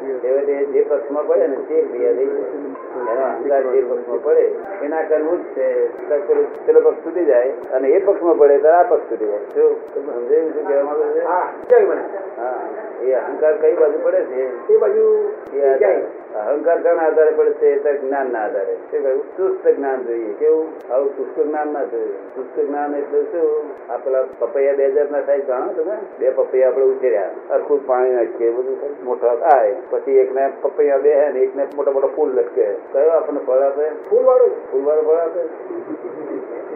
એવા તે જે પક્ષમાં પડે ને તે ક્રિયા થઈ જાય એનો અહંકાર જે પક્ષમાં પડે એના કરવું જ છે અહંકાર પેલો પેલો પક્ષ છૂટી જાય અને એ પક્ષમાં પડે તો આ પક્ષ છૂટી જાય શું તમને સમજાયું શું કહેવા માંગુ છે હા જય મને હા એ અહંકાર કઈ બાજુ પડે છે એ બાજુ એ આધારે- અહંકાર કોના આધારે પડે છે એ તો જ્ઞાનના આધારે શું કહ્યું ચુસ્ત જ્ઞાન જોઈએ કેવું આવું ચુસ્ત જ્ઞાન ના જોઈએ ચુસ્ત જ્ઞાન એટલે શું આ પેલા પપૈયા બે હજાર ના સાહેબ જાણો તમે બે પપૈયા આપણે ઉછેર્યા સરખું જ પાણી નાખીએ બધું મોટા થાય પછી એકને પપૈયા બે હે ને એકને મોટા મોટા ફૂલ લટકે કયો આપણને ફળ આપે ફૂલ વાળું ફૂલવાળો ફળ આપે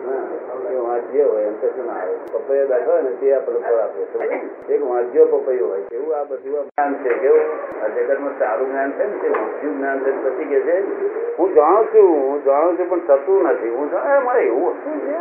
ના, એ વાંચ્યો હોય એમ તો શું ના આવે પપૈયો બેઠો હોય ને તે આપણને ફળ આપે એક વાંચ્યો પપૈયો હોય એવું આ બધું આ જ્ઞાન છે કેવું આ જગતમાં સારું જ્ઞાન છે ને તે વાંચ્યું જ્ઞાન છે પછી કે છે હું જાણું છું હું જાણું છું પણ થતું નથી હું જાણ મારે એવું હતું છે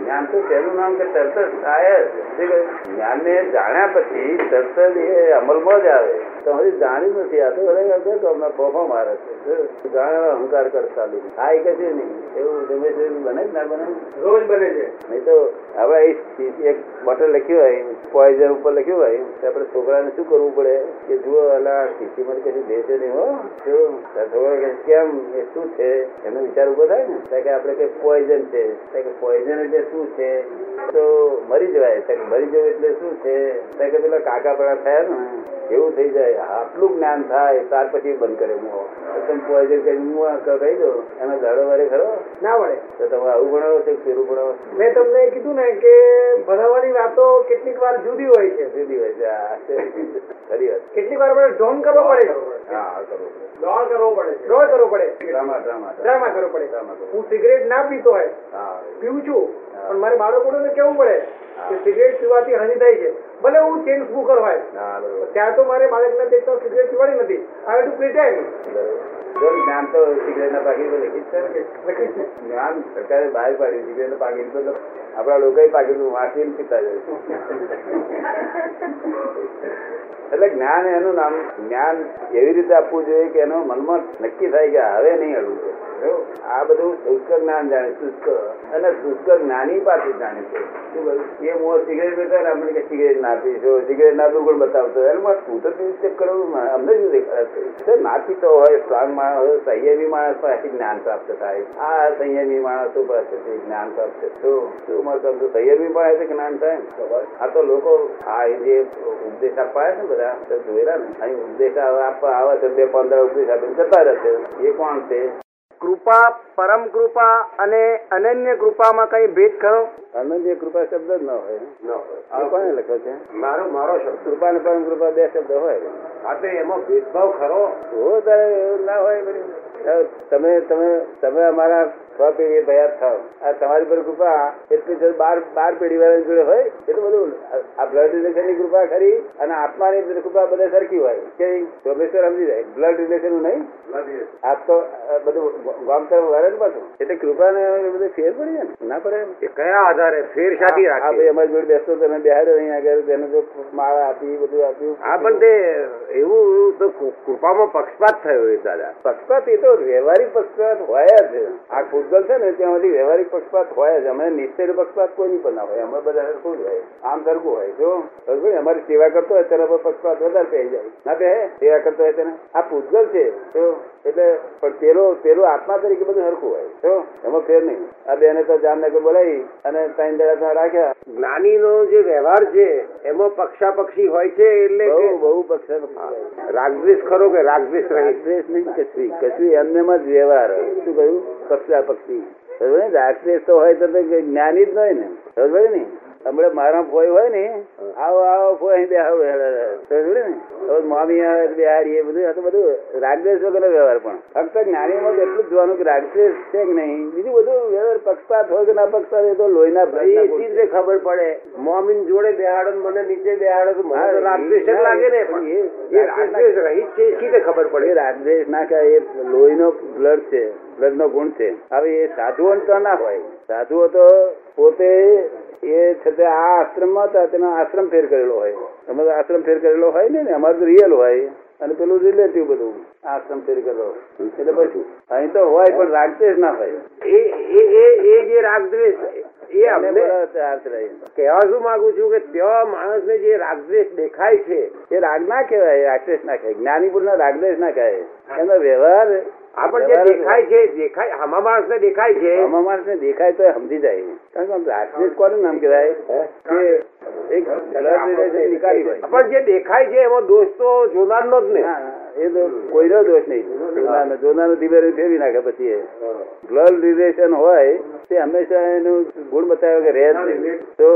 જ્ઞાન તો તેનું નામ કે તરત જ થાય જ ઠીક છે? જ્ઞાનને જાણ્યા પછી તરત જ એ અમલમાં જ આવે તો હજી જાણ્યું નથી આ તો ખરેખર છે કે અમને ખોફો મારે છે શું? જાણ્યા અહંકાર કરતા લીધું હા એ કશું નહીં એવું ગમે તે બને જ ના બને રોજ બને છે નહીં તો હવે એ સ્થિતિ- એક બોટલ લખ્યું હોય પોઈઝન ઉપર લખ્યું હોય તો આપણે છોકરાને શું કરવું પડે કે જુઓ અલા સ્થિતિમાં કશું દેશે નહીં હો શું તારા છોકરા કહે, કેમ એ શું છે એનો વિચાર ઉભો થાય ને તો કે આપણે કઈ પોઈઝન છે તો કે પોઈઝન એટલે શું છે તો મરી જવાય તો કે મરી જવું એટલે શું છે તો કે પેલા કાકા પડા થયા ને એવું થઈ જાય આટલું જ્ઞાન થાય ત્યાર પછી બંધ કરે હું તમે પોઈઝન કરી હું આ કહી દઉં એનો દાડો વારે ખરો ના વળે તો તમે આવું ભણાવો છે કે પેલું ભણાવો છે? મેં તમને કીધું ને કે ભણાવવાની વાતો કેટલીક વાર જુદી હોય છે જુદી હોય છે આ છે. ખરી વાત કેટલીક વાર આપણે ડોન કરવો પડે છે હા આ કરવું પડે. ડોન કરવો પડે છે ડ્રો કરવો પડે છે. Drama drama drama. ડ્રામા કરવો પડે ડ્રામા કરવો. હું સિગરેટ ના પીતો હોય હા પીવું છું પણ મારે બાળકોને કેવું પડે કે હા. સિગરેટ પીવાથી હાનિ થાય છે ભલે હું ચેન સ્મોકર હોય ના, પણ બરોબર. ત્યાં તો મારે બાળકને પેટમાં સિગરેટ પીવાડી નથી આઈ ટુ પ્રિટેન્ડ બરોબર. જો જ્ઞાન તો સિગરેટના પાકીટ પર લખી જ છે ને. જ્ઞાન સરકારે બહાર પાડ્યું સિગરેટના પાકીટ પર લખ- આપણા લોકોએ પાકીટ વાંચીને પીતા જાય છે. એટલે જ્ઞાન એનું નામ જ્ઞાન એવી રીતે આપવું જોઈએ કે એનો મનમાં નક્કી થાય કે હવે નહીં હળવું છે બરાબર? આ બધું શુષ્ક જ્ઞાન જાણે શુષ્ક અને શુષ્ક જ્ઞાની પાસે જાણે છે શું કહ્યું? એ મો સિગરેટ પીતા ને આપણે કે સિગરેટ ના પીશો સિગરેટ ના પીવું પણ બતાવતો એટલે મારે તું તો પીવું ચેક કરવું અમને શું દેખાડે છે? સર, ના પીતો હોય સ્ટ્રોંગ માણસ હોય સંયમી માણસ પાસેથી જ્ઞાન પ્રાપ્ત થાય આ સંયમી માણસો પાસેથી જ્ઞાન પ્રાપ્ત થાય. શું શું મારે તમને સંયમી પાસેથી જ્ઞાન થાય ને? આ તો લોકો આ એ જે ઉપદેશ અપાય છે ને બધા તો જોયેલા ને અહીં ઉપદેશ આપવા આવે છે બે પંદર ઉપદેશ આપીને જતા રહેશે એ કોણ છે કૃપા પરમ કૃપા અને અનન્ય કૃપામાં કઈ ભેદ ખરો અનંત કૃપા શબ્દ જ ન હોય આ કોને લખ્યો છે મારો મારો શબ્દ કૃપા ને પરમ કૃપા બે શબ્દ હોય આ તો એમાં ભેદભાવ ખરો હો તારે એવું ના હોય બધું. હવે તમે તમે તમે અમારા છ પેઢી તૈયાર થાવ આ તમારી પર કૃપા એટલી જલ્દ બાર બાર પેઢી વાળા જોડે હોય એટલું બધું આ બ્લડ રિલેશનની કૃપા ખરી અને આત્માની કૃપા બધે સરખી હોય કે ચોમેશ્વર સમજી જાય બ્લડ રિલેશનનું નહીં આ તો અ, બધું ગામ તરફ વરે ને પાછું એટલે કૃપાને એ બધું ફેર પડી જાય ને ના પડે એમ? એ કયા આધારે ફેર શાથી આ રાખે ભાઈ અમારી જોડે બેસતો તમે બેહાડો અહીંયા આગળ તેને જો માળા આપી બધું આપ્યું હા પણ તે એવું તો કૃ- કૃપામાં પક્ષપાત થયો એ દાદા પક્ષપાત એ તો વ્યવહારિક પક્ષપાત હોય જ આ ભૂતગલ છે ને ત્યાંથી વ્યવહારિક પક્ષપાત હોય જ અમે નિશ્ચય પક્ષપાત કોઈની પણ ના હોય અમે બધા સરખું જ હોય આમ સરખું હોય જો સરખું ને? અમારી સેવા કરતો હોય તેના પર પક્ષપાત વધારે પહેરી જાય ના બે સેવા કરતો હોય તેને આ ભૂતગલ છે જો એટલે પણ પેલો પેલો આત્મા તરીકે બધું સરખું હોય જો એમાં ફેર નહીં આ બેને તો જામનગર બોલાવી અને ત્રણ દાડા ત્યાં રાખ્યા જ્ઞાનીનો જે વ્યવહાર છે એમાં પક્ષાપક્ષી હોય છે એટલે બહુ કે બહુ પક્ષપાત રાગદ્વેષ ખરો કે રાગદ્વેષ રહિત રાક્ષસ નહીં કશી કશી એમનેમાં જ વ્યવહાર શું કહ્યું પક્ષા પક્ષી સમજે ને? રાક્ષસ તો હોય તો તે જ્ઞાની જ હોય ને સમજે ને હમણાં મારા ફોય હોય ને આવો આવો ફોય અહીં બેહાડો હેડાડે. સમજે ને હવે મામી આવે તો બેહાડીએ બધું આ તો બધું રાગદેશ વગરનો વ્યવહાર પણ ફક્ત જ્ઞાનીમાં તો એટલું જ જોવાનું કે રાગદેશ છે કે નહીં બીજું બધું વ્યવહાર પક્ષપાત હોય કે ના પક્ષપાત હોય તો લોહીના એ ભાઈના ચીજે ખબર પડે મોમીન જોડે બેહાડો ને મને નીચે બેહાડો તો મને તો રાગદ્વેષ જ લાગે ને પણ એ- એ રાગદ્વેષ રહિત છે એ ચીજે ખબર પડે પડે રાગદેશ ના કહેવાય એ લોહીનો બ્લડ છે બ્લડનો ગુણ છે હવે એ સાધુઓ તો ના હોય સાધુઓ તો પોતે એ છતાં આ આશ્રમમાં હતા તેનો આશ્રમ ફેર કરેલો હોય અમે તો આશ્રમ ફેર કરેલો હોય ને ને અમારું તો રિયલ હોય અને પેલું રિલેટિવ બધું આશ્રમ ફેર કરેલો એટલે પછી અહીં તો હોય પણ રાગદેશ ના હોય એ એ એ એ જે રાગદ્વેષ એ એને અમને બરાબર ત્રાસ રહે. કહેવા શું માંગુ છું કે ત્યાં માણસને જે રાગદ્વેષ દેખાય છે એ રાગ ના કહેવાય રાક્ષસ ના કહેવાય જ્ઞાનીપુર નો રાગદેશ ના કહેવાય એનો વ્યવહાર આ પણ જે વ્યવહાર દેખાય છે દેખાય આમાં માણસને દેખાય છે આમાં માણસને દેખાય તો એ સમજી જાય કારણ કે આમ રાક્ષસ કોનું નામ કહેવાય કે એક સરળ રીતે નીકળી હોય પણ જે દેખાય છે એમાં દોષ તો જોનારનો જ ને ના, ના, એ તો કોઈનો દોષ નહીં જોનારનો જોનારનો ધીમે ફેરવી નાખે પછી એ બ્લડ રિલેશન હોય તે હંમેશા એનું ગુણ બતાવે કે રહે જ નહીં તો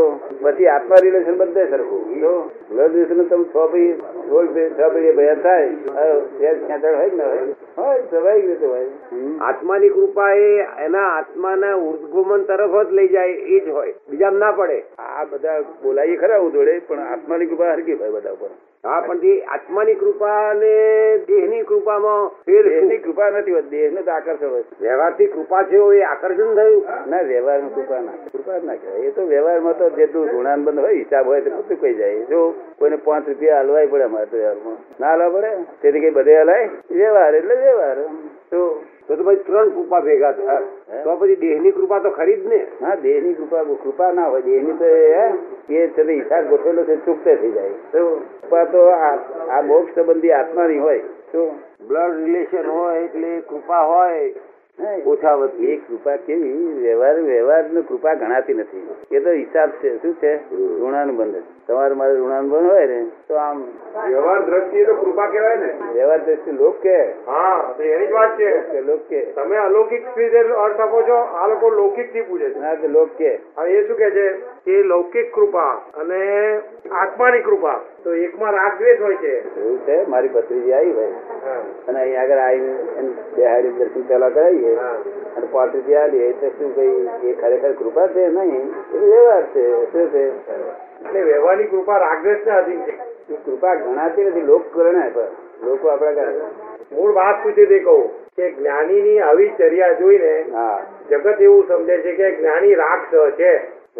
પછી આત્મા રિલેશન બધે સરખું તો બ્લડ રિલેશન તમે છ ભાઈ સોળ ભાઈ છ ભાઈ ભેગા થાય હવે ફેર ખેંચાણ હોય કે ના હોય હોય સ્વાભાવિક રીતે હોય હમ. આત્માની કૃપા એ એના આત્માના ઉર્ધગમન તરફ જ લઈ જાય એ જ હોય બીજામાં ના પડે આ બધા બોલાઈએ ખરા ઉધોડે પણ આત્માની કૃપા હરકી ભાઈ બધા ઉપર હા પણ જે આત્માની કૃપા ને દેહની કૃપામાં ફેર શું? દેશની કૃપા નથી હોતી દેશનું તો આકર્ષણ હોય છે. વ્યવહારથી કૃપા છે એવું એ આકર્ષણ થયું ના વ્યવહારમાં કૃપા ના કૃપા જ ના કહેવાય એ તો વ્યવહારમાં તો જેટલું ઋણાન બંધ હોય હિસાબ હોય તો બધું કહી જાય જો કોઈને પાંચ રૂપિયા હલવાય પડે અમારે તો વ્યવહારમાં ના હલવા પડે તેથી કઈ બધે હલાય વ્યવહાર એટલે વ્યવહાર તો તો તો પછી ત્રણ કૃપા ભેગા થયા હે? તો પછી દેહની કૃપા તો ખરી જ ને હા દેહની કૃપા કૃપા ના હોય દેહની તો એ હે, એ છે તે હિસાબ ગોઠવેલો છે ચૂકતે થઈ જાય તો કૃપા તો આ આ મોક્ષ સંબંધી આત્માની હોય તો બ્લડ રિલેશન હોય એટલે કૃપા હોય હા, એ ઓછા વધી એ કૃપા કેવી વ્યવહાર વ્યવહાર કૃપા ગણાતી નથી એ તો હિસાબ છે શું છે ઋણાનુબંધ તમારે મારે ઋણાનુબંધ હોય ને તો આમ વ્યવહાર દ્રષ્ટિએ તો કૃપા કહેવાય ને વ્યવહાર દ્રષ્ટિ લોક કે હા તો એની જ વાત છે કે લોક કે તમે અલૌકિક થી જે અર્થ આપો છો આ લોકો લૌકિક થી પૂછે છે ના કે લોક કે હવે એ શું કે છે કે લૌકિક કૃપા અને આત્માની કૃપા તો એકમાં રાગ દ્વેષ હોય છે એવું છે મારી ભત્રીજી આવી હોય હા. અને અહીં આગળ આવીને એને બેહાડી દર્શન પહેલા કરાવીએ હા. અને પાંચ રૂપિયા આલીએ એટલે શું કઈ એ ખરેખર કૃપા છે નહીં એ વ્યવહાર છે શું છે એટલે વ્યવહારની કૃપા રાગદ્વેષ ને અધીન છે એ કૃપા ગણાતી નથી લોક કરણે પર લોકો આપણા કરે મૂળ વાત શું છે તે કહું કે જ્ઞાનીની આવી ચર્યા જોઈને હા જગત એવું સમજે છે કે જ્ઞાની રાગ છે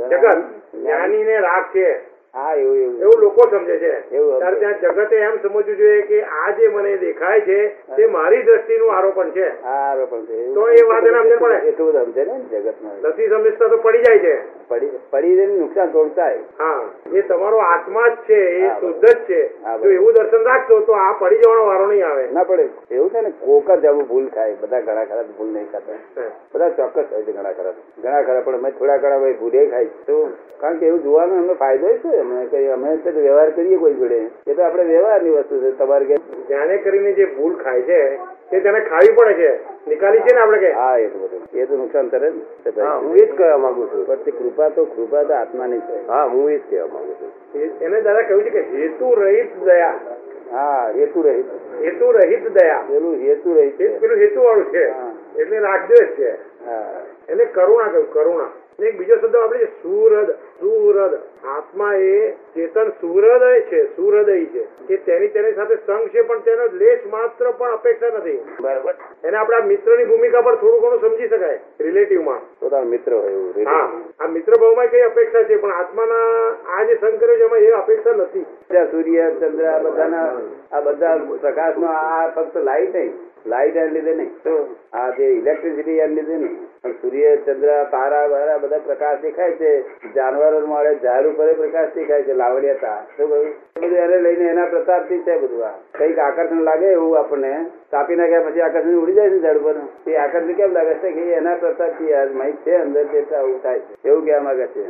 જગત જ્ઞાનીને રાગ છે હા એવું એવું એવું લોકો સમજે છે એવું ત્યારે ત્યાં જગતે એમ સમજવું જોઈએ કે આ જે મને દેખાય છે તે મારી દ્રષ્ટિનું આરોપણ છે હા, રોપણ છે. તો એ વાત એને સમજણ પડે. એટલું બધું સમજે ને જગતમાં. નથી સમજતા તો પડી જાય છે પડી પડી જઈને નુકસાન પહોંચાય. હા એ તમારો આત્મા જ છે એ હા, શુદ્ધ જ છે હા, બરાબર. જો એવું દર્શન રાખશો તો આ પડી જવાનો વારો નહીં આવે ના પડે એવું છે ને કોક જ આવું ભૂલ થાય બધા ઘણા ખરા તો ભૂલ નહીં ખાતા બધા ચોક્કસ હોય છે ઘણા ખરા તો. ઘણા ખરા પણ અમે થોડા ઘણા ભાઈ ભૂલે ખાય છે. તો કારણ કે એવું જોવાનો અમને ફાયદો જ છે અમને કઈ અમે છે ને વ્યવહાર કરીએ કોઈ જોડે એ તો આપણે વ્યવહારની વસ્તુ છે તમારે કે જાણે કરીને જે ભૂલ ખાય છે તે તેને ખાવી પડે છે નિકાલી છે ને આપણે કે હા એટલું બધું એ તો નુકસાન કરે ને તો હા ભાઈ. હું એ જ કહેવા માંગુ છું પણ તે કૃપા તો કૃપા તો આત્માની છે હા હું એ જ કહેવા માંગુ છું એ- એને દાદા કહ્યું છે કે હેતુ રહિત દયા હા હેતુ રહિત હેતુ રહિત દયા પેલું હેતુ રહિત એ છે. પેલું હેતુ વાળું છે હા. એટલે રાગદ્વેષ છે હા એને કરુણા કહ્યું કરુણા અને એક બીજો શબ્દ આપણે સુરદ સુરદ આત્મા એ ચેતન સુહૃદય છે સુહૃદય છે કે તેની તેની સાથે સંગ છે પણ તેનો લેશ માત્ર પણ અપેક્ષા નથી બરાબર એને આપણા મિત્રની ભૂમિકા પર થોડું ઘણું સમજી શકાય રિલેટિવમાં પોતાનો મિત્ર હોય એવું હા રીતે. આ મિત્ર ભાવમાં કઈ અપેક્ષા છે પણ આત્માના આ જે સંગ કર્યો છે એમાં એ અપેક્ષા નથી ત્યાં સૂર્ય ચંદ્ર આ બધાના આ બધા પ્રકાશનો આ ફક્ત લાઇટ નહીં લાઇટ એના લીધે નહીં તો આ જે ઇલેક્ટ્રિસિટી એના લીધે નહીં પણ સૂર્ય ચંદ્ર તારા બારા બધા પ્રકાશ દેખાય છે જાનવરો મળે ઝાડ ઉપર એ પ્રકાશ દેખાય છે લાવણ્યતા શું કહ્યું એ બધું એને લઈને એના પ્રતાપથી છે બધું આ કંઈક આકર્ષણ લાગે એવું આપણને કાપી નાખ્યા પછી આકર્ષણ ઉડી જાય છે ને ઝાડ પર એ આકર્ષણ કેમ લાગે છે કે એના પ્રતાપથી આ માહિત છે અંદર તે આવું થાય છે એવું કહેવા માંગે છે